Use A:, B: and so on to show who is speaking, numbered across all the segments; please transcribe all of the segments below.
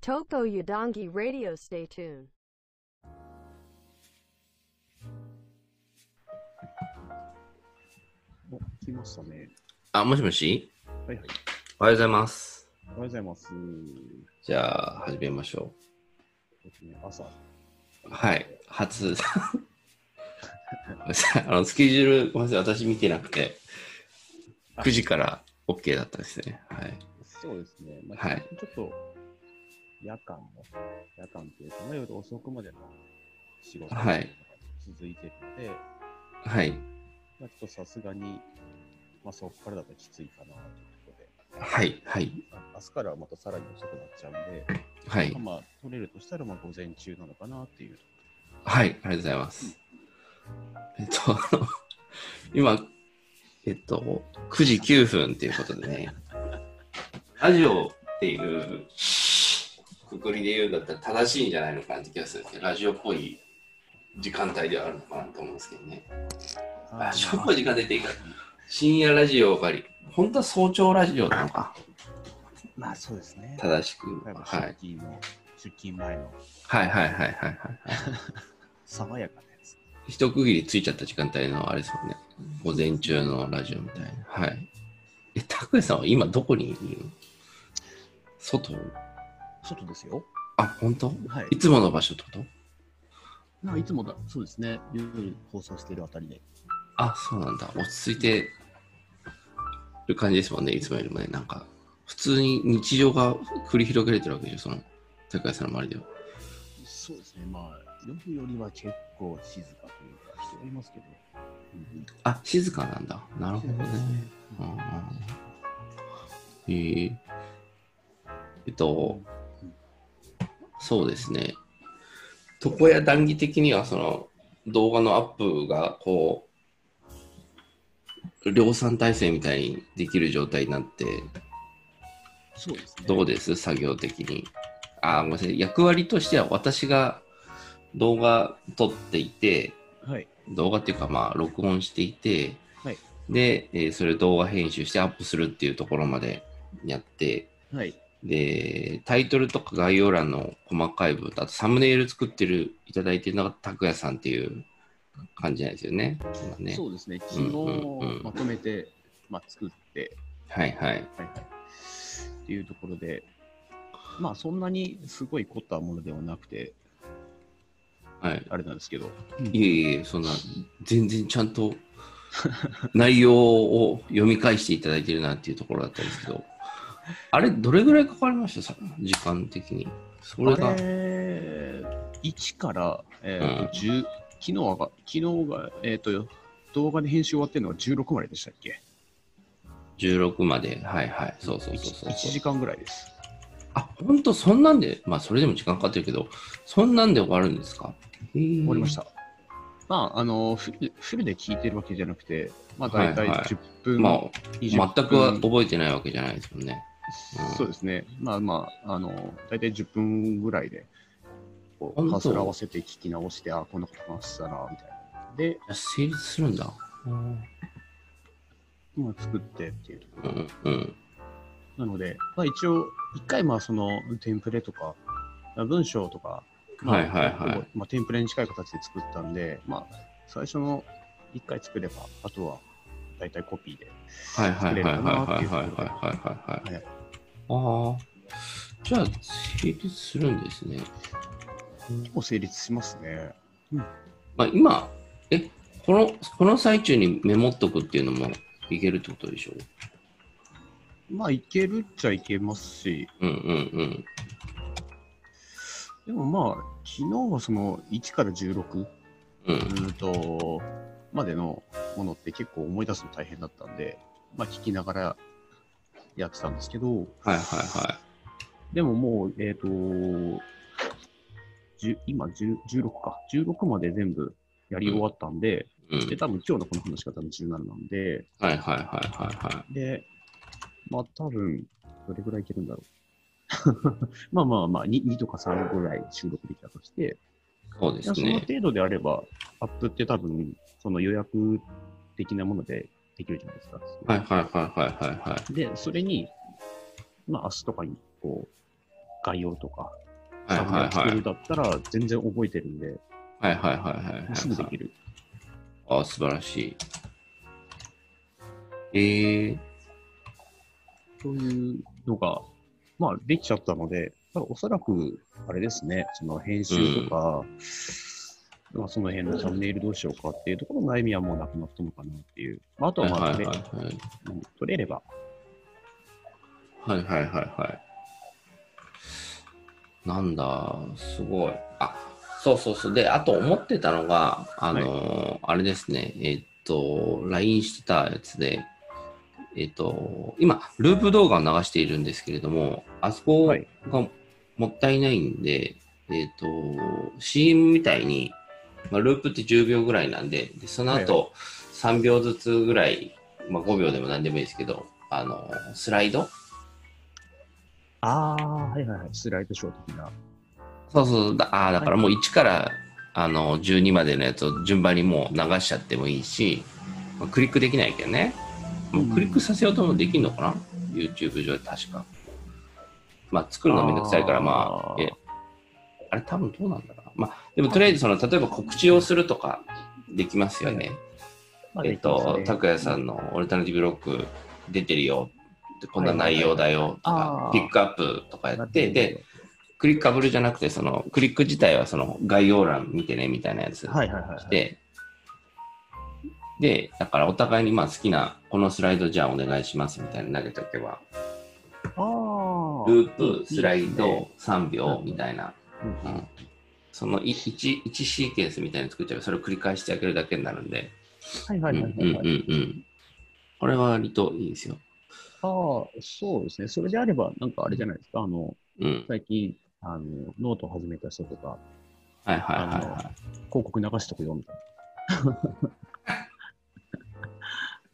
A: Toko Yudongi Radio Stay tuned.
B: お、来ましたね。
C: あ、もしもし
B: はいはい。
C: おはようございます。
B: おはようございます。
C: じゃあ、始めましょ
B: ですね、朝。
C: う。はい。初。ごめんなさ いあのスケジュール、ごめんなさい。私見てなくて、
B: あ
C: 9時から OK だったんですね。はい。
B: そうですね。まあ、
C: はい。
B: ちょっと、夜間の、夜間というか、まあ、夜遅くまでの仕事が
C: はい
B: 続いてるので、
C: はい。
B: まあ、ちょっとさすがに、まあ、そこからだときついかなということで、
C: はい。はい。
B: あ明日からはまたさらに遅くなっちゃうんで、
C: はい。
B: まあ、取れるとしたら、まあ、午前中なのかなっていう。
C: はい。ありがとうございます。えっと、あの今、えっと、9時9分っていうことでね、ラジオっていうくくりで言うんだったら正しいんじゃないのかなって気がするんですけど、ラジオっぽい時間帯ではあるのかなと思うんですけどね。ラジオっぽい時間帯っていいから、深夜ラジオがり、本当は早朝ラジオなのか、
B: まあ、そうですね。
C: 正しく。
B: 例えば
C: は
B: 出
C: い。
B: 勤の、出勤前の
C: はいはいはいはいはい。
B: 爽やかなやつ。
C: 一区切りついちゃった時間帯のあれですもんね。午前中のラジオみたいな。はい。え、拓也さんは今どこにいるの外
B: 外ですよ。
C: あ、本当
B: はい
C: いつもの場所ってこと
B: まあ、いつもだ、そうですね、夜放送しているあたりで。
C: あ、そうなんだ。落ち着いてる感じですもんね。いつもよりもね。なんか、普通に日常が繰り広げられてるわけでしょ。その、拓也さんの周りでは。
B: そうですね、まあ、夜よりは結構静かというか、人がいますけど。うん
C: あ、静かなんだ。なるほどね。うんうんえーえっと、そうですね。床屋談義的には、その動画のアップが、こう、量産体制みたいにできる状態になって、
B: そうですね。
C: どうです作業的に。あー、ごめんなさい。役割としては、私が動画撮っていて、
B: はい。
C: 動画っていうかまあ録音していて、
B: はい
C: で、えーそれ動画編集してアップするっていうところまでやって
B: はい。
C: でタイトルとか概要欄の細かい部分とあとサムネイル作ってるいただいてるのが拓也さんっていう感じなんですよね今ね
B: そうですね、昨
C: うん
B: 日
C: うんうん
B: まとめて、まあ、作って、
C: はいはい
B: はいはい。っていうところで、まあ、そんなにすごい凝ったものではなくて、
C: はい
B: あれなんですけど、
C: いえいえそんな全然ちゃんと 内容を読み返していただいてるなっていうところだったんですけどあれどれぐらいかかりましたさ時間的にそれが
B: あれ、1から、えーと10昨日が、昨日が、えっ、と、動画で編集終わってるのが16まででしたっけ
C: 16まで、はいはい、そうそうそうそう。
B: 1時間ぐらいです。
C: あ、ほんと、そんなんで、まあ、それでも時間かかってるけど、そんなんで終わるんですか終。
B: 終わりましたた。まあ、あのフル、フルで聞いてるわけじゃなくて、まあ、
C: はいは
B: 大
C: い
B: 体10分、
C: まあ、
B: 20分。
C: 全くは覚えてないわけじゃないですもんね。うん
B: そうですね。まあまあ、あの、大体10分ぐらいで、こ
C: 本
B: う、
C: 当
B: カーソル合わせて聞き直して、あ、こんなこと話してたな、みたいな。で、
C: いや成立するんだ。うん
B: まあ、作ってっていうとこ
C: う
B: ろ。
C: んうん。
B: なので、まあ一応、一回、まあその、テンプレとか、文章とか、まあ
C: はいはいはい
B: まあ、テンプレに近い形で作ったんで、まあ、最初の一回作れば、あとは、大体コピーで。
C: はいはいはいはいはいはいはいはいはい。ああ。じゃあ、成立するんですね。
B: 結構成立しますね。
C: まあ、今、え、この、この最中にメモっとくっていうのもいけるってことでしょ
B: まあ、いけるっちゃいけますし、
C: うんうんうん。
B: でもまあ、昨日はその1から16
C: うん、
B: うーんとまでのものって結構思い出すの大変だったんで、まあ、聞きながらやってたんですけど、
C: はいはいは
B: でももう、えっ、と、10今10 16か、16まで全部やり終わったんで、
C: い。うん
B: で、多分今日のこの話が多分17なんで、
C: はいはいはいはいはい。
B: で、まあ多分、どれぐらいいけるんだろう。 まあまあまあ2、2とか3ぐらい収録できたとして、
C: そうで
B: いや
C: す
B: その
C: ね。
B: 程度であれば、アップって多分、その予約的なものでできるじゃないですか。
C: はいはいはいはいはいはい。
B: で、それに、まあ、明日とかに、こう、概要とか、
C: はいはい
B: サブ
C: は
B: タイトル
C: い。
B: だったら全然覚えてるんで、
C: はいはいはいはい、はい。
B: すぐできる。
C: ああ、素晴らしい。ええ
B: そういうのが、まあ、できちゃったので、ただおそらく、あれですね、その編集とか、まあ、その辺のサムネイルどうしようかっていうところの悩みはもうなくなったのかなっていう。まあ、あと
C: は
B: はいまあ、取れ
C: はいはいはい。
B: うん取れれば。
C: はいはいはいはい。なんだ、すごい。あ、そうそうそう。で、あと思ってたのが、あのーあれですね、えっと、LINE してたやつで、えっと、今、ループ動画を流しているんですけれども、あそこ
B: はい
C: がもったいないんで、えっと、CM みたいに、まあ、ループって10秒ぐらいなんで、でその後、3秒ずつぐらい、まあ、5秒でも何でもいいですけど、あの、スライド
B: ああ、はいはいはい。スライドショー的な。
C: そうそう、だあーだからもう1から、あの12までのやつを順番にもう流しちゃってもいいし、まあクリックできないけどね、もうクリックさせようともできるのかな、YouTube 上で確か。まあ、作るのめんどくさいから、
B: あー
C: まあ、えあれ多分どうなんだろうな。まあ、でもとりあえずその、例えば告知をするとかできますよね。
B: まあ
C: えっと、
B: できますね
C: 拓也さんのオルタナティブロック出てるよ、こんな内容だよと
B: はいはいはい
C: か
B: あー、
C: ピックアップとかや
B: なるほ
C: っ
B: ど
C: て、で、クリッカブルじゃなくて、その、クリック自体はその概要欄見てねみたいなやつ
B: はいはいはいはい。
C: で、で、だからお互いにまあ好きな、このスライドじゃあお願いしますみたいな投げとけば、
B: ああ。
C: ループ、スライ
B: いいです
C: ド、3秒みたいな、
B: うん
C: うんその 1, 1シーケンスみたいに作っちゃえば、それを繰り返してあげるだけになるんで、
B: はいはいはいはい、はい
C: うんうんうんうん。これは割といいですよ。
B: ああ、そうですね。それであれば、なんかあれじゃないですか。あの、
C: うん。
B: 最近、あの、ノートを始めた人とか、
C: はいはいはい
B: あの
C: はい。
B: 広告流しとくよ、みたいな。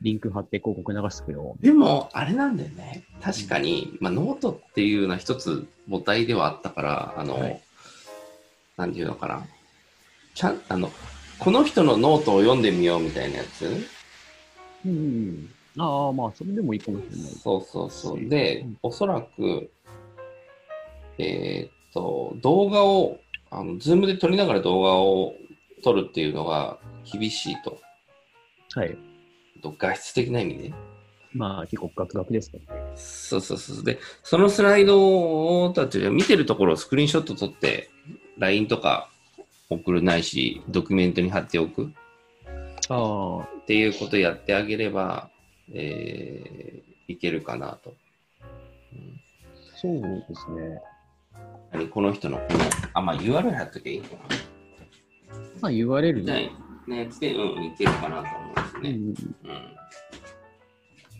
B: リンク貼って広告流しとくよ。
C: でも、あれなんだよね。確かに、まあ、ノートっていうのは一つ母体ではあったから、あの、
B: はい
C: なんていうのかな。ちゃん、あの、この人のノートを読んでみようみたいなやつ。
B: うんうんうん。ああ、まあ、それでもいいかもしれない。
C: そうそうそう。
B: う
C: で
B: ん、
C: おそらく、えーっと、動画を、あの、ズームで撮りながら動画を撮るっていうのが厳しいと。
B: はい。
C: と画質的な意味で、
B: まあ、結構ガクガクですからね。
C: そうそうそう。で、そのスライドをたち見てるところをスクリーンショット撮って、LINE とか送るないし、ドキュメントに貼っておくっ
B: ああ、
C: ていうことやってあげれば、えーいけるかなと。うん
B: そうですね。
C: 何この人のこの、あ、まあ URL 貼っときゃいいのかな。
B: まあ、URL
C: みた
B: ね。
C: いなやつで、うん、いけるかなと
B: う
C: 思うんですね。
B: ん。
C: うん。
B: や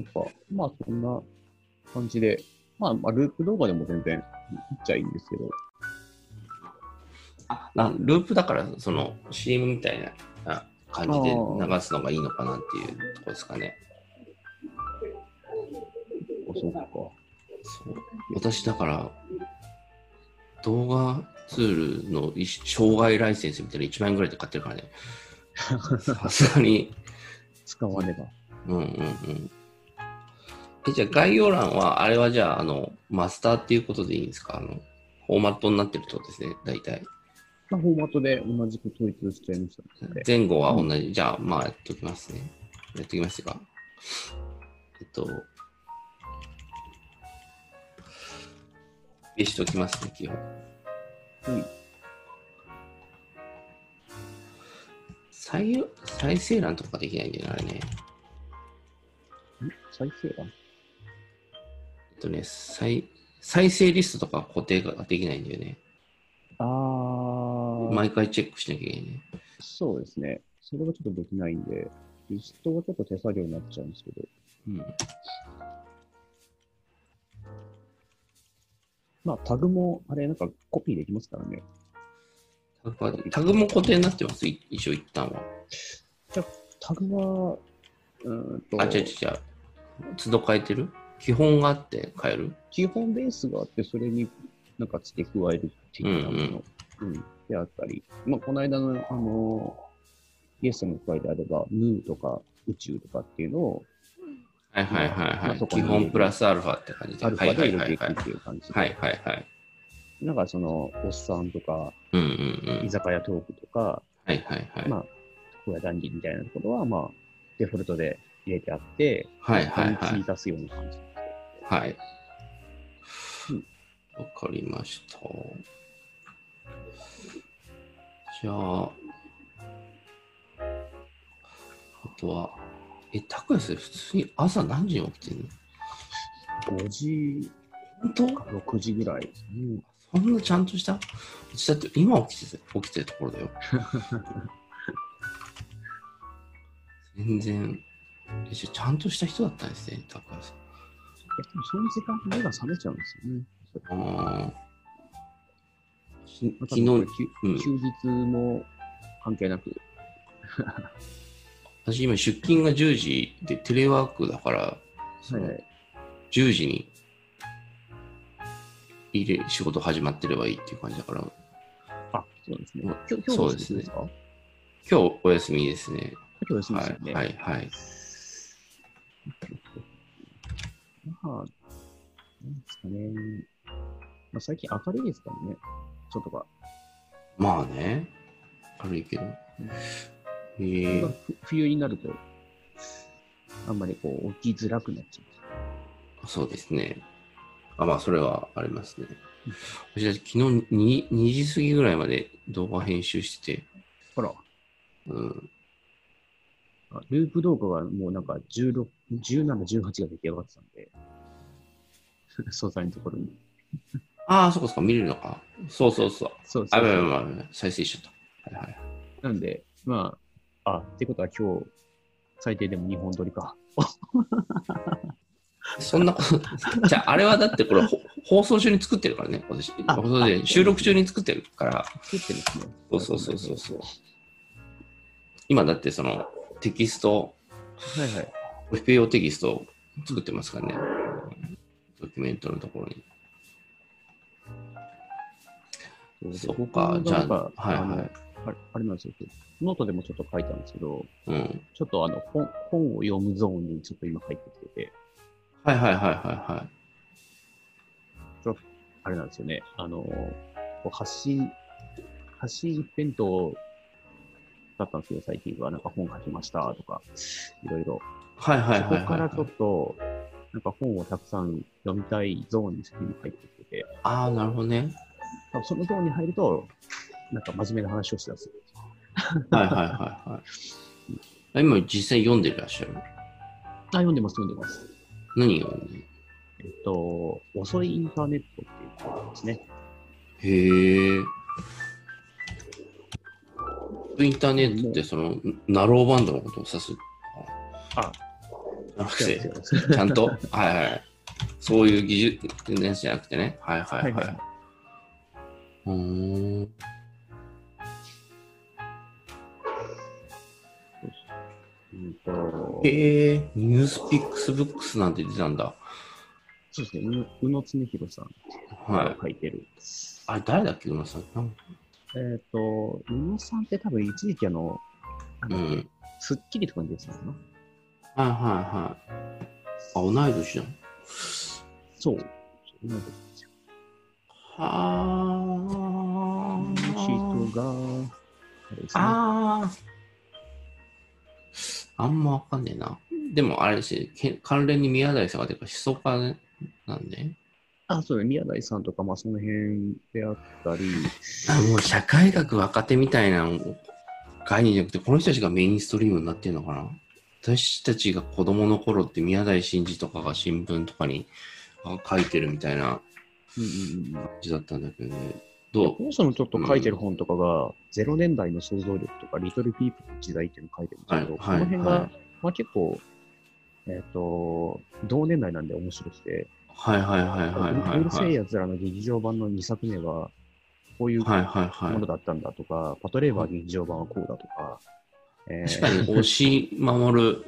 B: っぱ、まあ、そんな感じで、まあ、まあ、ループ動画でも全然いいっちゃいいんですけど、
C: あ、なループだから、その CM みたいなあ感じで流すのがいいのかなっていうところですかね。
B: おそうか。
C: そう私だから動画ツールの一障害ライセンスみたいな1万円ぐらいで買ってるからねさすがに
B: 使わねば。
C: うんうんうんえじゃあ概要欄はあれはじゃああのマスターっていうことでいいんですかあのフォーマットになってるってことですね大体
B: まあ、フォーマットで同じく統一しちゃいましたので。
C: 前後は同じ、じゃあまあやっときますねやっときますかえっと消しておきますね基本
B: うん。
C: 再再生欄とかできないんだよね、あれね。
B: 再生欄
C: えっとね、再再生リストとか固定ができないんだよね。
B: あー、
C: 毎回チェックしなきゃいけないね。
B: そうですね。それがちょっとできないんで、リストがちょっと手作業になっちゃうんですけど、
C: うん。
B: まあ、タグも、あれ、なんかコピーできますからね。
C: タグはタグも固定になってます、い一応一旦は。
B: タグは、うーんと
C: あ、違う違う違う。都度変えてる基本があって変える
B: 基本ベースがあって、それになんか付け加える的なもの、うんであったり、まあ、この間の、あのイエスの会であれば、ヌーとか宇宙とかっていうのを、
C: はいはいはい
B: ま
C: は
B: あ
C: い。
B: そこ
C: 基
B: に
C: 本プラスアルファって感じで。
B: アルファで
C: はい
B: 入
C: は
B: れて
C: い
B: いく
C: はいはい
B: っ。ていう感じで。
C: はいはいはい。
B: なんかその、おっさんとか、
C: うんうんう
B: 居
C: ん。
B: 酒屋トークとか、
C: はいはいはい。
B: まあ、高野談義みたいなところは、まあ、デフォルトで入れてあって、
C: はいはい
B: 簡
C: は
B: 単
C: い
B: に。足すような感じ。
C: はい。
B: うん
C: わかりました。じゃあ、あとは、え、タクヤさん、普通に朝何時に起きてるの
B: 5時
C: 本当
B: か6時ぐらい。うん、
C: そんなちゃんとしたうちだって今起きてて起きてるところだ よ。全然、えじゃあちゃんとした人だったんですね、高橋さん。
B: いやでもその時間、目が覚めちゃうんですよね。
C: あーし
B: まあ
C: 昨日、
B: 多分休休日も関係なく。
C: 私今出勤が10時でテレワークだから、その
B: はい
C: 10時に入れ仕事始まってればいいっていう感じだから、
B: あ、そうですね。
C: うん
B: 今日、今日
C: そうですね
B: ですか
C: 今日お休みですね。
B: 今日休み
C: は
B: ですよ
C: い、
B: ね。
C: はい、はい。
B: まあ、なんですかね。まあ、最近明るいですからね。ちょっとが。
C: まあね、軽いけど。え
B: まあ
C: ー、
B: ふ冬になると、あんまりこう、起きづらくなっちゃう。
C: そうですね。あ、まあ、それはありますね。私だって昨日に 2, 2時過ぎぐらいまで動画編集してて、
B: ほら、
C: うん、
B: あループ動画がもうなんか16、17、18が出来上がってたんで、 素材のところに。
C: ああ、そこそこ見れるのか。そうそうそう。
B: そうそ
C: あ、
B: う
C: や
B: そ
C: ば
B: う
C: いやばいやばいやばい再生しちゃった。はいはい。
B: なんで、まあ、あ、ってことは今日、最低でも2本撮りか。
C: そんな こと、じゃあ、あれはだってこれ、ほ放送中に作ってるからね、私。
B: あ
C: 放送で
B: あ
C: 収録中に作ってるから、
B: 作ってるんですね。
C: そうそうそうそうそう。今だってそのテキスト、
B: はいはい。
C: オフィペ用テキストを作ってますからね。ドキュメントのところに。そっか、じゃあ、はい
B: あの
C: はい。
B: あれあれなんですよ。ノートでもちょっと書いたんですけど、
C: うん。
B: ちょっとあの本本を読むゾーンにちょっと今入ってきてて、
C: はいはいはいはいはい。
B: あれなんですよね。あの、こう発信、発信一辺倒だったんですけど、最近はなんか本書きましたとか、いろいろ。
C: はいはい
B: そ
C: はい
B: こ
C: は
B: か
C: い、
B: ら
C: はい
B: ちょっ。と、なんか本をたくさん読みたいゾーンに今入ってきてて、
C: ああ、なるほどね。
B: 多分そのゾーンに入ると、なんか真面目な話をしだす。
C: はいはいはいはい。今実際読んでらっしゃる
B: あ、読んでます、読んでます。
C: 何読んでる
B: えっと、遅いインターネットっていうことですね。
C: へえ。インターネットってそのナローバンドのことを指す。
B: あ、
C: なく
B: 違
C: て
B: う、違う
C: ちゃ んと、はいはい。そういう技術のやつじゃなくてね。はいは
B: はいいは
C: はいい。
B: はいう
C: ーん。
B: うんと、
C: へえ、ニュースピックスブックスなんて出たんだ。
B: そうですね、う宇野恒弘さん
C: はい
B: が。書いてる。
C: あれ、誰だっけ、うなさん。なん
B: えっと、宇野さんって多分一時期あの、なん
C: う
B: だっけ
C: ん。
B: スッキリとかに出てたのかな
C: はいはいはい。あ、同い年じゃん。
B: そう。そうなんです
C: は
B: この人が、あれですね。
C: ああ。あんまわかんねえな。でもあれですねけ関連に宮台さんがてか、思想家なんで。
B: あ、そうね、宮台さんとか、まあその辺であったり、
C: あもう社会学若手みたいな概念じゃなくて、この人たちがメインストリームになってるのかな。私たちが子供の頃って宮台真司とかが新聞とかにあ書いてるみたいな
B: うんうんうん。
C: 感じだったんだけどね。ど
B: この人のちょっと書いてる本とかが、ゼロ年代の想像力とか、リトルピープの時代っていうのを書いてるんですけど、
C: はいはい
B: この辺が、
C: はい
B: まあ結構、えっ、と、同年代なんで面白くて、
C: うはいはいはいはいはいは
B: うるせえ
C: い。
B: やつらの劇場版の2作目は、こういう
C: はい
B: も
C: はいはい
B: の。だったんだとか、パトレーバー劇場版はこうだとか、えー
C: 確かに、押し守る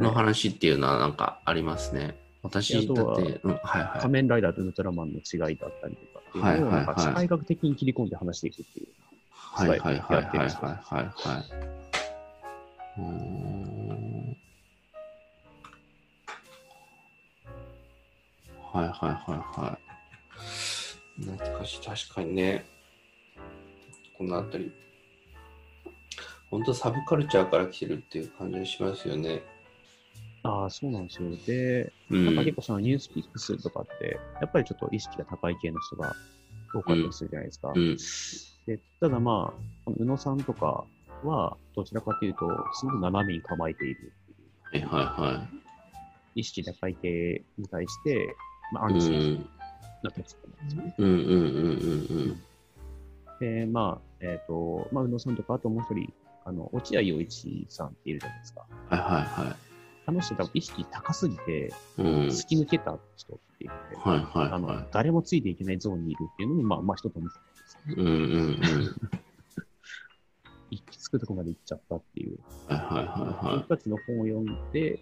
C: の話っていうのはなんかありますね。私
B: あ
C: だっ
B: とは
C: て、うん、はいはい。
B: 仮面ライダーとウルトラマンの違いだったりとかっていうのを、
C: はいはいはい
B: なんか社会学的に切り込んで話していくっていう。
C: はいはいはいはいはいはい
B: スパイ
C: はい。うーんはいはいはいはい。懐かしい、確かにね。このあたり。本当サブカルチャーから来てるっていう感じがしますよね。
B: ああ、そうなんですよ。で、
C: う
B: なんか結
C: ん。
B: 構そのニュースピックスとかって、やっぱりちょっと意識が高い系の人が多かったりするじゃないですか。
C: うん。
B: でただまあ、この宇野さんとかは、どちらかというと、すごく斜めに構えている。
C: はいは
B: 意識高い系に対して、まあ、ア
C: いは
B: ン
C: い。う
B: チ
C: ん。
B: なってますよね。
C: うんうんうんうん
B: で、まあ、えっ、と、まあ、宇野さんとか、あともう一人、あの、落合陽一さんっているじゃないですか。
C: うん。はいはいは
B: あの人多分意識高すぎて、
C: い。うん。
B: 突き抜けた人っていうので、
C: はいはい
B: あの
C: は、
B: 誰もついていけないゾーンにいるっていうのも、まあ、まあ、一つの
C: い。うんうんうん。
B: 行き着くとこまで行っちゃったっていう。
C: はいは
B: そ
C: いはい
B: の
C: は
B: 人たちの本を読んで、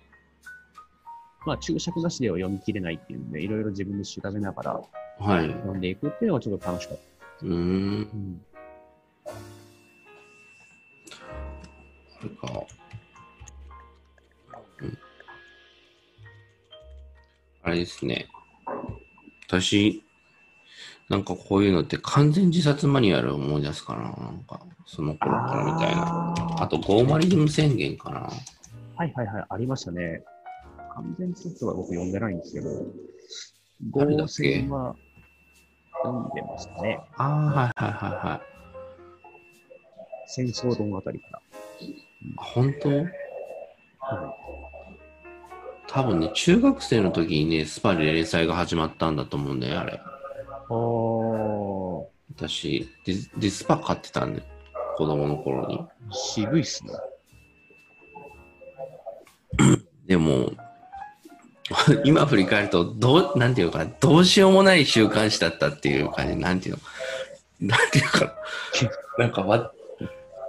B: まあ、注釈なしでは読み切れないっていうんで、いろいろ自分で調べながら
C: い。はい。
B: 読んでいくっていうのがちょっと楽しかった。
C: うーん。あれか。うん。あれですね。私、なんかこういうのって完全自殺マニュアルを思い出すかな。なんか、その頃からみたいな。あと、ゴーマリズム宣言かな。
B: はいはいはい、ありましたね。完全セットは僕読んでないんですけど、合戦は読んでましたね。
C: ああ、はいはいはいはい。
B: 戦争論あたりから。
C: あ本当
B: は
C: 多分ね、中学生の時にね、スパで連載が始まったんだと思うんだよ、あれ。
B: い、
C: 私、ディスディスパ買ってたんで、子供の頃に。
B: あー、渋いっすね。
C: でも、 今振り返ると、どう、なんていうかな、どうしようもない週刊誌だったっていう感じ、なんていうの、なんていうか、なん かわ、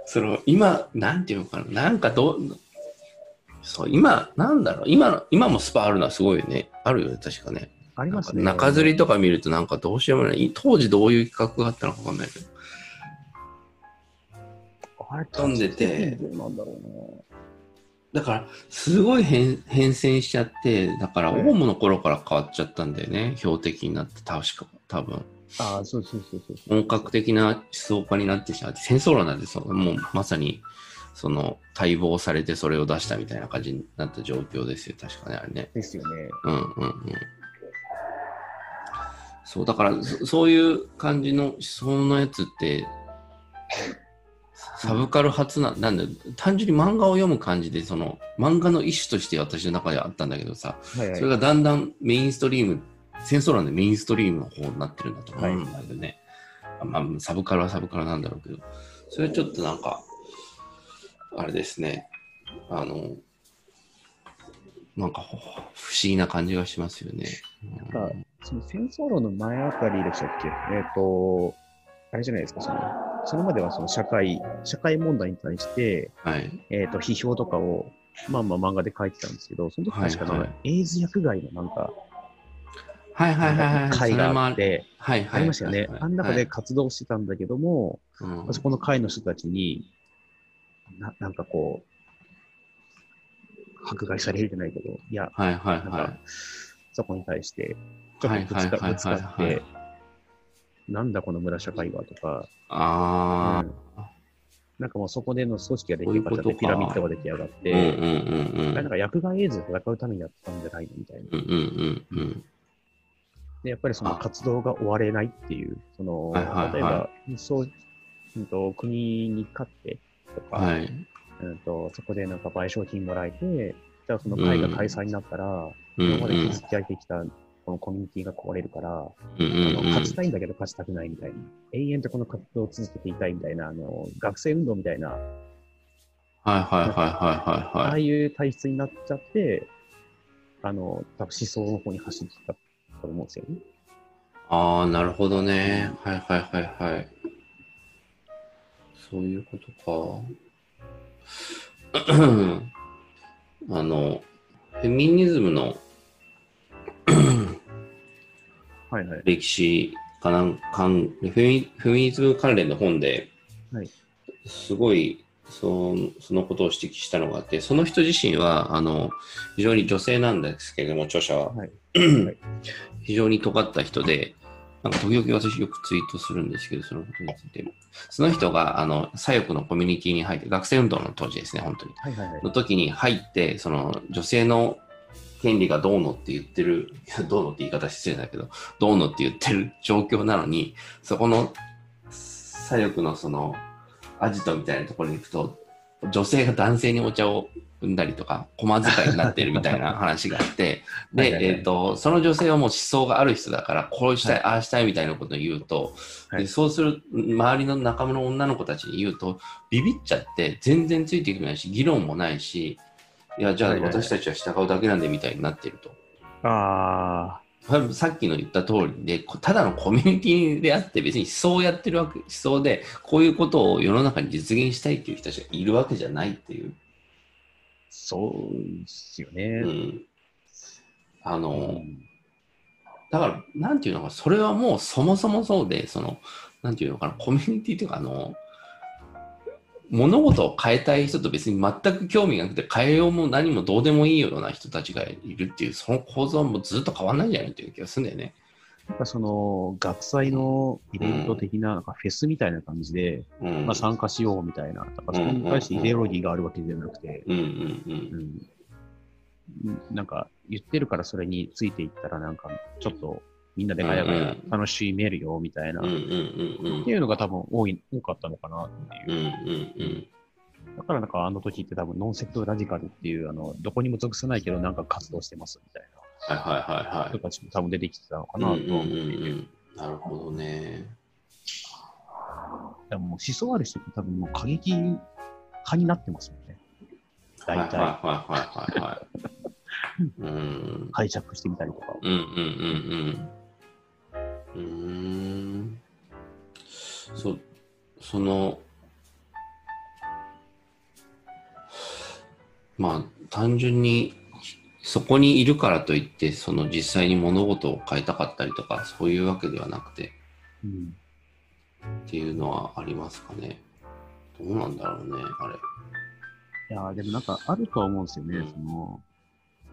C: その、今、なんていうのかな、なんかどう、そう、今、なんだろう、今、今もスパあるのはすごいよね。あるよね、確かね。
B: あり
C: なん
B: ま
C: か
B: すね。
C: 中吊りとか見るとなんかどうしようもない。当時どういう企画があったのかわかんないけど。
B: あれ
C: 飛んでて
B: どうなんだろ
C: だから、すごい変変遷しちゃって、だから、オウムの頃から変わっちゃったんだよね。標的になって、確か、多分。
B: うな。ああ、そうそうそうそうそう。
C: 本格的な思想家になってしまって、戦争論なんてその、もうまさに、その、待望されてそれを出したみたいな感じになった状況ですよ。確かね、あれね。
B: ですよね。
C: うんうんうん。そう、だから、そそういう感じの思想のやつって、サブカル初な、なんだよ単純に漫画を読む感じで、その、漫画の一種として私の中ではあったんだけどさ、
B: はいは
C: そ
B: い。
C: れがだんだんメインストリーム、戦争なんでメインストリームの方になってるんだと思うんだけどね。あまあ、サブカルはサブカルなんだろうけど、それちょっとなんか、あれですね、あの、なんかほ不思議な感じがしますよね。
B: なんか、その戦争論の前あたりでしたっけえっ、と、あれじゃないですか、その、それまではその社会、社会問題に対して、
C: はい。
B: えっ、と、批評とかを、まあまあ漫画で書いてたんですけど、その時確かなん
C: は
B: か
C: いは
B: エイズ薬害のなんか、
C: はいはいはいは
B: 会があっ
C: い。それも
B: て、
C: はいはいはい。
B: ありましたよね。あん中で活動してたんだけども、
C: はい、うん
B: あそこの会の人たちに、ななんかこう、迫害されるじゃないけど、いや、
C: はいはい
B: なん
C: は
B: か
C: い。、
B: そこに対して、ちょっとぶつか
C: はいはいはいはいはい
B: ぶつかって、なんだこの村社会はとか、
C: あ
B: うんなんかもうそこでの組織が出来
C: そう
B: 上
C: いう
B: がっ
C: こ
B: ちゃ
C: と
B: っ
C: か
B: て、ピラミッドが出来上がっ
C: あ、
B: て、
C: うんうんうんうん。
B: なんか薬害エイズで戦うためにやったんじゃないのみたいな。
C: うんうんうんうん。
B: で、やっぱりその
C: あ
B: 活動が終われないっていう、その、
C: はいはいはい
B: 例えば、そう、うんと、国に勝ってとか、
C: はい。
B: うんと、そこでなんか賠償金もらえて、じゃあその会が開催になったら、
C: うんう
B: 今まで
C: ん
B: 築き上げてきたこのコミュニティが壊れるから、
C: うん
B: あ
C: うん
B: の
C: うん
B: 勝ちたいんだけど勝ちたくないみたいな、永遠とこの活動を続けていたいみたいな、あの学生運動みたいな、
C: はいはいはいはい
B: あ
C: は
B: あ
C: い。
B: いう体質になっちゃって、あの多分思想の方に走ってたと思うんですよね。
C: ああ、なるほどね。はいはいはいはい。そういうことか。 あの、フェミニズムの
B: はいはい。
C: 歴史かなんかんフェミ、フェミニズム関連の本で
B: はい、
C: すごい、そのそのことを指摘したのがあって、その人自身は、あの、非 常に女性なんですけれども、著者は。
B: はい、
C: 非常に尖った人で、なんか時々私よくツイートするんですけど、そのことについて。その人が、あの、左翼のコミュニティに入って、学生運動の当時ですね、本当に。
B: はいはいはい。
C: の時に入って、その女性の権利がどうのって言ってる、 いやどうのって言い方失礼だけど、どうのって言ってる状況なのに、そこの左翼のそのアジトみたいなところに行くと、女性が男性にお茶を産んだりとか、駒使いになってるみた いな話があって、で、
B: はいはいはい
C: えっ、と、その女性はもう思想がある人だから、こうしたい、ああしたいみたいなことを言うと、
B: はい
C: でそうする周りの仲間の女の子たちに言うと、ビビっちゃって全然ついていけないし議論もないしいやじゃあ
B: はいはいはい
C: 私たちは従うだけなんでみたいになってると、
B: あ
C: さっきの言った通りでこただのコミュニティであって別に思想をやってるわけ思想でこういうことを世の中に実現したいっていう人たちがいるわけじゃないっていう、
B: ー、そうですよ
C: う
B: ね。
C: ん、あ
B: う
C: の、
B: ん
C: だから、なんていうのか、それはもうそもそもそうで、その、なんていうのかな、コミュニティというか、あの、物事を変えたい人と別に全く興味がなくて変えようも何もどうでもいいような人たちがいるっていう、その構造はもうずっと変わんないんじゃないという気がするんだよね。
B: なんかその、学祭のイベント的な、なんかフェスみたいな感じで、
C: うん。
B: まあ、参加しようみたいな、だからそこに対してイデオロギーがあるわけじゃなくて、
C: うんうんうん。
B: うんなんか言ってるからそれについていったら、なんかちょっとみんなでガヤガヤ楽しめるよみたいな、
C: うんうんうんうん
B: っていうのが多分多い多かったのかなって
C: うんう
B: い
C: ん
B: う。
C: うん
B: だからなんかあの時って多分ノンセクトラジカルっていう、あの、どこにも属さないけどなんか活動してますみたい
C: はいはいはいは
B: ない人。たちも多分出てきてたのか
C: うん
B: な
C: う
B: と
C: んうん
B: 思っていて。
C: うん。なるほどね。
B: でももう思想ある人って多分もう過激派になってますもんね。
C: はいは
B: 大
C: い
B: 体
C: はいはいはい。うん。
B: 解釈してみたりとか。
C: うんうんうんうん。うーん。そ、その、まあ、単純に、そこにいるからといって、その実際に物事を変えたかったりとか、そういうわけではなくて
B: うん。
C: っていうのはありますかね。どうなんだろうね、あれ。
B: いやーでもなんかあるとは思うんですよね。
C: うん
B: その、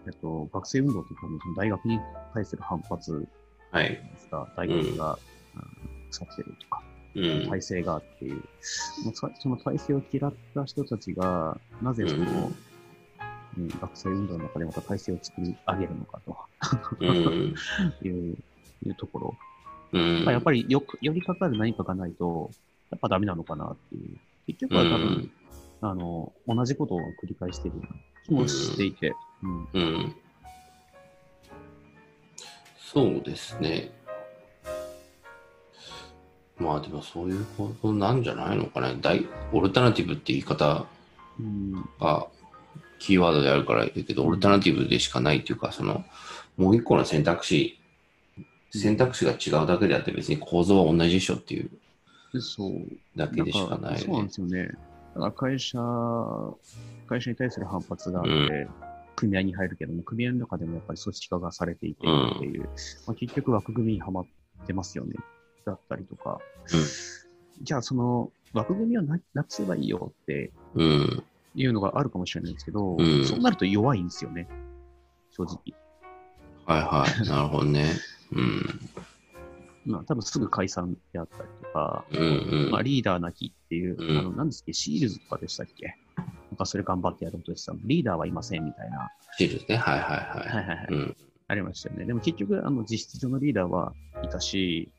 B: えっと、学生運動って多分その大学に対する反発
C: はい。
B: ですか、大学が、うん、腐ってるとか、
C: うん。
B: 体制がっていう、もうそその体制を嫌った人たちが、なぜその、うん学生運動の中でまた体制を作り上げるのか
C: うん。
B: といういうところ。
C: う ん。
B: まあやっぱりよく、寄りかかる何かがないと、やっぱダメなのかなっていう。結局
C: う
B: は多分、
C: ん。
B: あの、同じことを繰り返してる気もしていて。うん。
C: うん。そうですね。まあでもそういうことなんじゃないのかね。大オルタナティブって言い方
B: うん。
C: がキーワードであるから言うけど、オルタナティブでしかないというか、その、もう一個の選択肢、選択肢が違うだけであって別に構造は同じでしょっていう
B: そう。
C: だけでしかない
B: そうな
C: よ
B: ん
C: ね
B: で。すよね。だから会社、会社に対する反発があって、
C: うん
B: 組合に入るけども、組合の中でもやっぱり組織化がされていて
C: うん
B: っていう、まあ、結局枠組みにはまってますよね。だったりとか、じゃあその枠組みをななくせばいいよって
C: うん。
B: いうのがあるかもしれないですけど、
C: うん
B: そうなると弱いんですよね。正直。
C: はいはい。なるほどね。うん。
B: まあ多分すぐ解散であったりとか、
C: うんうん
B: まあ、。リーダーなきっていう、
C: うん
B: あの、なんですっけ、シールズとかでしたっけなんかそれ頑張ってやろうとしてたのリーダーはいませんみたいな。
C: シールね。はいは
B: は
C: いはい
B: はいはい
C: い。うん。
B: ありましたよね。でも結局、あの、実質上のリーダーはいたし、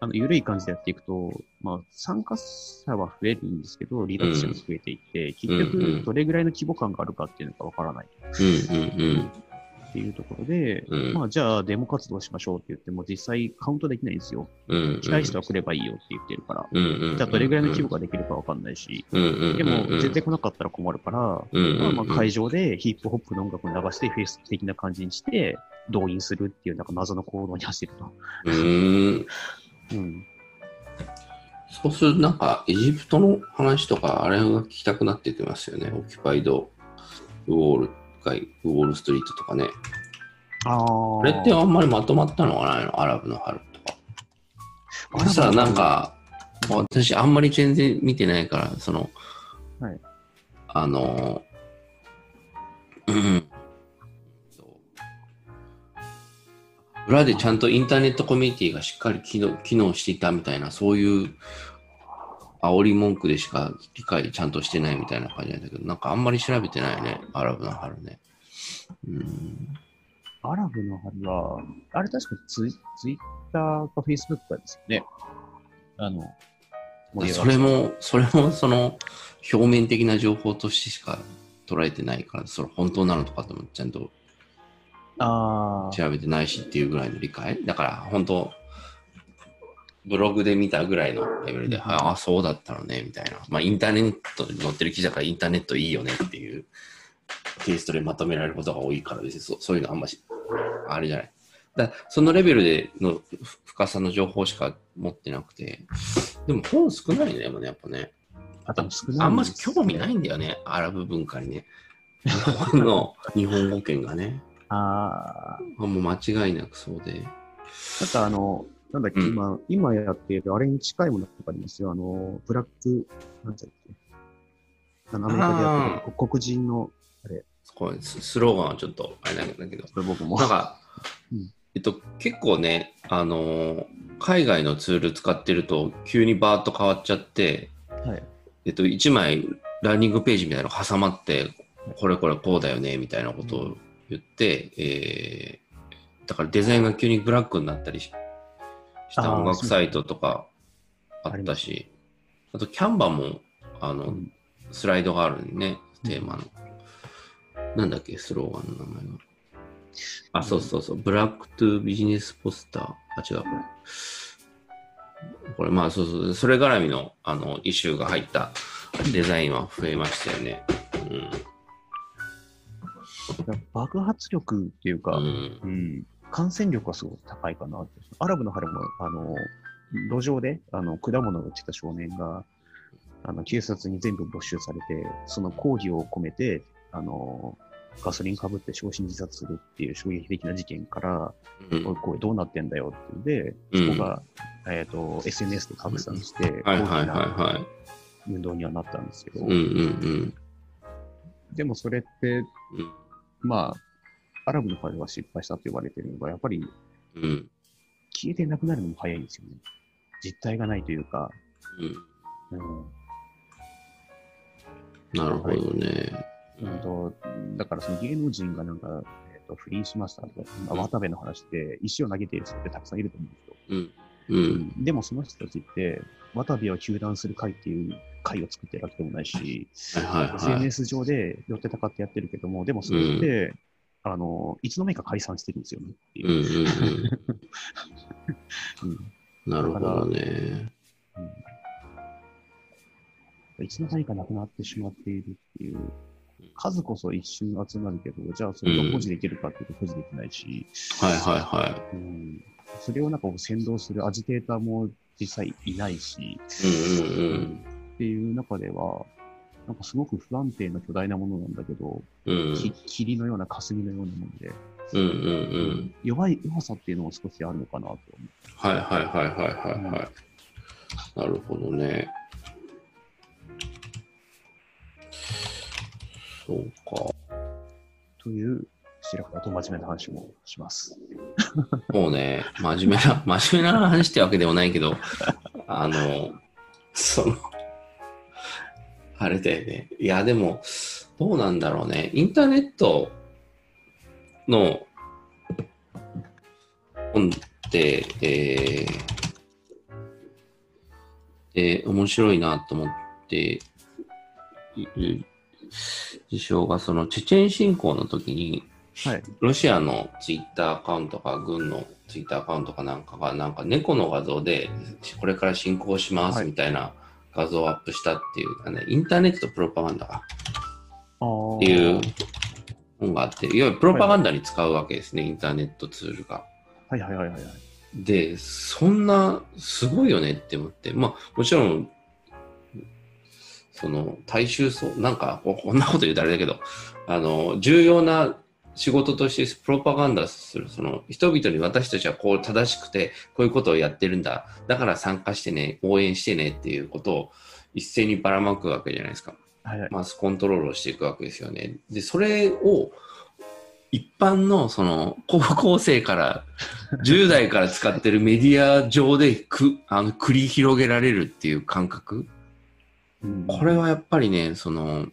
B: あの、緩い感じでやっていくと、まあ、参加者は増えるんですけど、リーダーシップが増えていって、結
C: うんう
B: 局、
C: ん
B: どれぐらいの規模感があるかっていうのがわからない
C: うんうんうん。
B: っていうところで、
C: うん
B: まあ、じゃあ、デモ活動しましょうって言っても、実際カウントできないんですよ。来たい人は来ればいいよって言ってるから。じゃあ、どれぐらいの規模ができるかわかんないし、でも、絶対来なかったら困るから、まあ、まあ会場でヒップホップの音楽を流して、フェス的な感じにして、動員するっていう、なんか謎の行動に走ってると。うん。
C: そうするとなんかエジプトの話とかあれが聞きたくなってきますよね。オキュパイドウォール街ウォールストリートとかね。
B: ああ
C: あれってあんまりまとまったのがないのアラブの春とか。
B: アラブの春
C: さなんか私あんまり全然見てないからその、
B: はい
C: あのうん。裏でちゃんとインターネットコミュニティがしっかり機能機能していたみたいな、そういう煽り文句でしか理解ちゃんとしてないみたいな感じなんだけど、なんかあんまり調べてないね、アラブの春ね。うん。
B: アラブの春は、あれ確かツイツイッターかフェイスブックかですよね。あの、盛り上
C: そ
B: がっ
C: れ
B: た
C: も、それもその表面的な情報としてしか捉えてないから、それ本当なのとかともちゃんと
B: あー
C: 調べてないしっていうぐらいの理解だから本当ブログで見たぐらいのレベルで、
B: うん
C: ああそうだったのねみたいなまあインターネットに載ってる記事だからインターネットいいよねっていうテイストでまとめられることが多いから別にそそういうのあんましあれじゃないだそのレベルでのふ深さの情報しか持ってなくてでも本少ないねでもねやっぱね
B: あと少ない
C: あんまり興味ないんだよねアラブ文化にね日本の 日本語圏がね
B: ああ、
C: あもう間違いなくそう
B: な
C: で。
B: んかあの、なんだっけ、
C: うん
B: 今、今やっている、あれに近いものとかありますよ。あの、ブラック、なんだっけ。あのアメリカでやってるこ黒人の、
C: すごいススローガンはちょっとあれなんだけど、
B: これ僕も。
C: なんか
B: うん、
C: えっと、結構ね、あのー海外のツール使ってると、急にバーッと変わっちゃって、
B: はい。
C: えっと、1枚ランニングページみたいなの挟まって、これこれこうだよね、みたいなことを言って、えーだからデザインが急にブラックになったりしした
B: あー
C: 音楽サイトとかあったし、あとキャンバも、あの、
B: うん
C: スライドがあるんでね、テーマの。なんだっけ、スローガンの名前が。あ、そうそうそう、ブラックトゥビジネスポスター。あ、違う、これ。これ、まあ、そうそう、それ絡みの、あの、イシューが入ったデザインは増えましたよね。
B: 爆発力っていう
C: う
B: か、
C: ん。うん
B: うん、感染力はすごく高いかなって。アラブの春も、あの、路上で、あの、果物を売ってた少年が、あの、警察に全部没収されて、その抗議を込めて、あの、ガソリンかぶって焼死自殺するっていう衝撃的な事件から、
C: うん
B: おい、これどうなってんだよっていうんで、
C: うん
B: そこが、えっ、と、SNS で拡散して、
C: はいはいは
B: 大
C: い
B: きな
C: は
B: 運動にはなったんですけど、
C: い。うんうん
B: でもそれって、
C: うん。
B: まあ、アラブの春は失敗したって言われてるのが、やっぱり
C: うん。うん。
B: 消えてなくなるのも早いんですよね。実体がないというか、
C: うん
B: うん、
C: なるほどね。
B: うんとだからその芸能人がなんか、えっと不倫しましたとか、まあ渡部の話で石を投げている人ってたくさんいると思うんですよ。
C: うん。うん。
B: でもその人たちって、渡部を糾弾する会っていう会を作ってるわけでもないし、
C: はいはいはい。
B: SNS 上で寄ってたかってやってるけども、でもそれって、あのいつの間にか解散してるんですよねっていう
C: うんうん
B: うん
C: うん。なるほどね。
B: いつの間にかなくなってしまっているっていう、数こそ一瞬集まるけど、じゃあそれを保持できるかっていうと保持できないし、
C: はいはいは
B: うん、それをなんかこう先導するアジテーターも実際いないし、
C: い。うんうん
B: っていう中では、なんかすごく不安定な巨大なものなんだけど、
C: うん。うん。
B: き霧のような霞のようなもんで、
C: うんうんうん。
B: 弱い弱さっていうのも少しあるのかなと思
C: はいはいはいはいはいはい。なるほどね。そうか。
B: う。という、白川と真面目な話もします。
C: もうね、真面目な、 真面目な話ってわけでもないけど、あの、その、あれだよね。いや、でも、どうなんだろうね。インターネットの本って、えー、えー面白いなと思っている事象が、その、チェチェン侵攻の時に、
B: はい。
C: ロシアのツイッターアカウントか、軍のツイッターアカウントかなんかが、なんか猫の画像で、これから進行しま
B: は
C: す
B: い
C: みたいな画像をアップしたっていうかね、インターネットプロパガンダか
B: ああ。
C: っていう本があって、いわゆるプロパガンダに使うわけですね、インターネットツールが。
B: はいはいはいはいはい。
C: で、そんな、すごいよねって思って、まあ、もちろん、その、大衆層、なんか、ここんなこと言うとあれだけど、あの、重要な仕事としてプロパガンダする、その、人々に私たちはこう正しくて、こういうことをやってるんだ、だから参加してね、応援してねっていうことを一斉にばらまくわけじゃないですか。
B: はいはい。
C: マスコントロールをしていくわけですよね。で、それを一般の、その、高校生から、10代から使ってるメディア上でく、あの、繰り広げられるっていう感覚
B: うん
C: これはやっぱりね、その、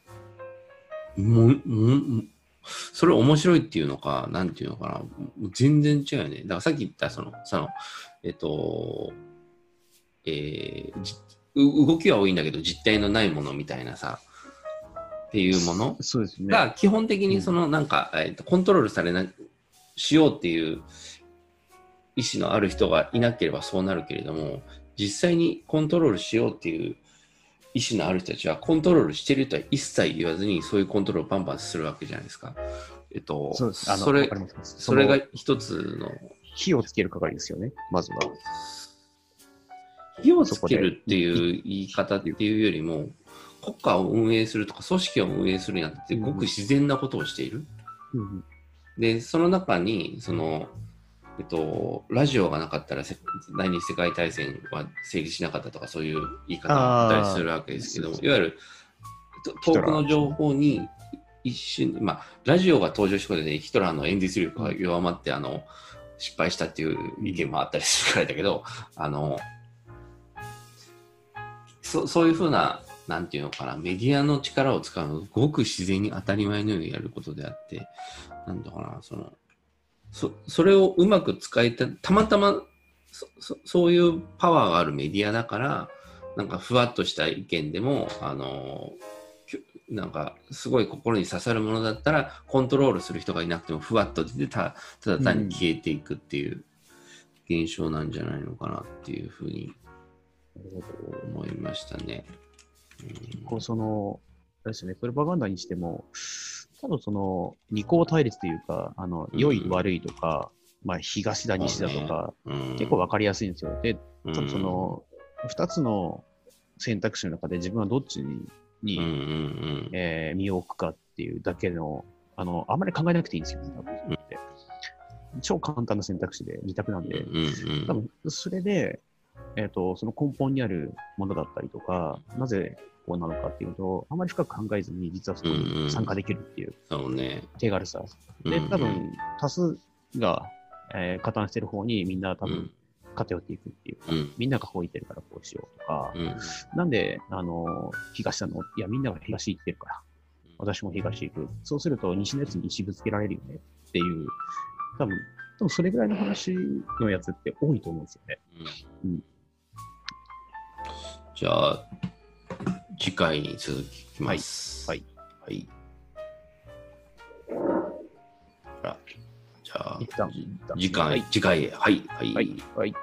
C: も、も、それ面白いっていうのか、なんていうのかな、もう全然違うよね。だからさっき言った、その、その、えっと、えーじう動きは多いんだけど、実体のないものみたいなさ、っていうもの
B: そうですね。
C: が、基本的にその、なんか、えっと、コントロールされな、しようっていう意思のある人がいなければそうなるけれども、実際にコントロールしようっていう意思のある人たちは、コントロールしてるとは一切言わずに、そういうコントロールをバンバンするわけじゃないですか。えっと、
B: そうです。あの、
C: それ
B: わか、ります
C: それ、
B: の
C: が一つの、
B: 火をつける係ですよね、まずは。
C: 火をつけるっていう言い方っていうよりも、国家を運営するとか組織を運営するにあたって、ごく自然なことをしている。
B: うん
C: で、その中に、その、えっと、ラジオがなかったらせ第二次世界大戦は成立しなかったとか、そういう言い方だったりするわけですけども、
B: あー
C: いわゆる、と遠くの情報に一瞬、まあ、ラジオが登場したことで、ヒトラーの演説力が弱まって、あの、失敗したっていう意見もあったりするくらいだけど、あの、そそういうふうな、なんていうのかな、メディアの力を使うのがごく自然に当たり前のようにやることであって、なんだかな、その、そそれをうまく使えた、たまたまそそそういうパワーがあるメディアだから、なんかふわっとした意見でも、あの、きょなんかすごい心に刺さるものだったら、コントロールする人がいなくてもふわっと出てた、ただ単に消えていくっていう現象なんじゃないのかなっていうふう
B: う
C: に
B: ん。
C: 思いましたね。
B: こうその、あれですよね、プロパガンダにしても、多分その、二項対立というか、あの、
C: うん
B: 良い悪いとか、まあ、東だ西だとか、結構
C: わ
B: わかりやすいんですよ。で、多分その、二つの選択肢の中で自分はどっちに、
C: うんうんうん
B: えー身を置くかっていうだけの、あの、あんまり考えなくていいんですよね、多分それって超簡単な選択肢で、二択なん
C: うん
B: で、
C: うん
B: 多分それで、えっとその根本にあるものだったりとか、なぜこうなのかっていうと、あまり深く考えずに、実はそこ
C: うんうん
B: に参加できるっていう
C: そうね。
B: 手軽さ。
C: う
B: で
C: んう、ん
B: 多分、多数が、えー加担してる方にみんな多
C: うん
B: 分偏っていくっていう、
C: うん
B: みんながこう言ってるからこうしようとか、
C: うん
B: なんで、あの、東なのいや、みんなが東行ってるから、私も東行く。そうすると、西のやつに西ぶつけられるよねっていう、多分、多分それぐらいの話のやつって多いと思うんですよね。うん
C: じゃあ、次回に続きます。
B: はい。
C: はい。あらじゃあ、
B: 一旦、一旦
C: 次回、
B: はい。
C: 次回へ、はい。はい
B: はい。はい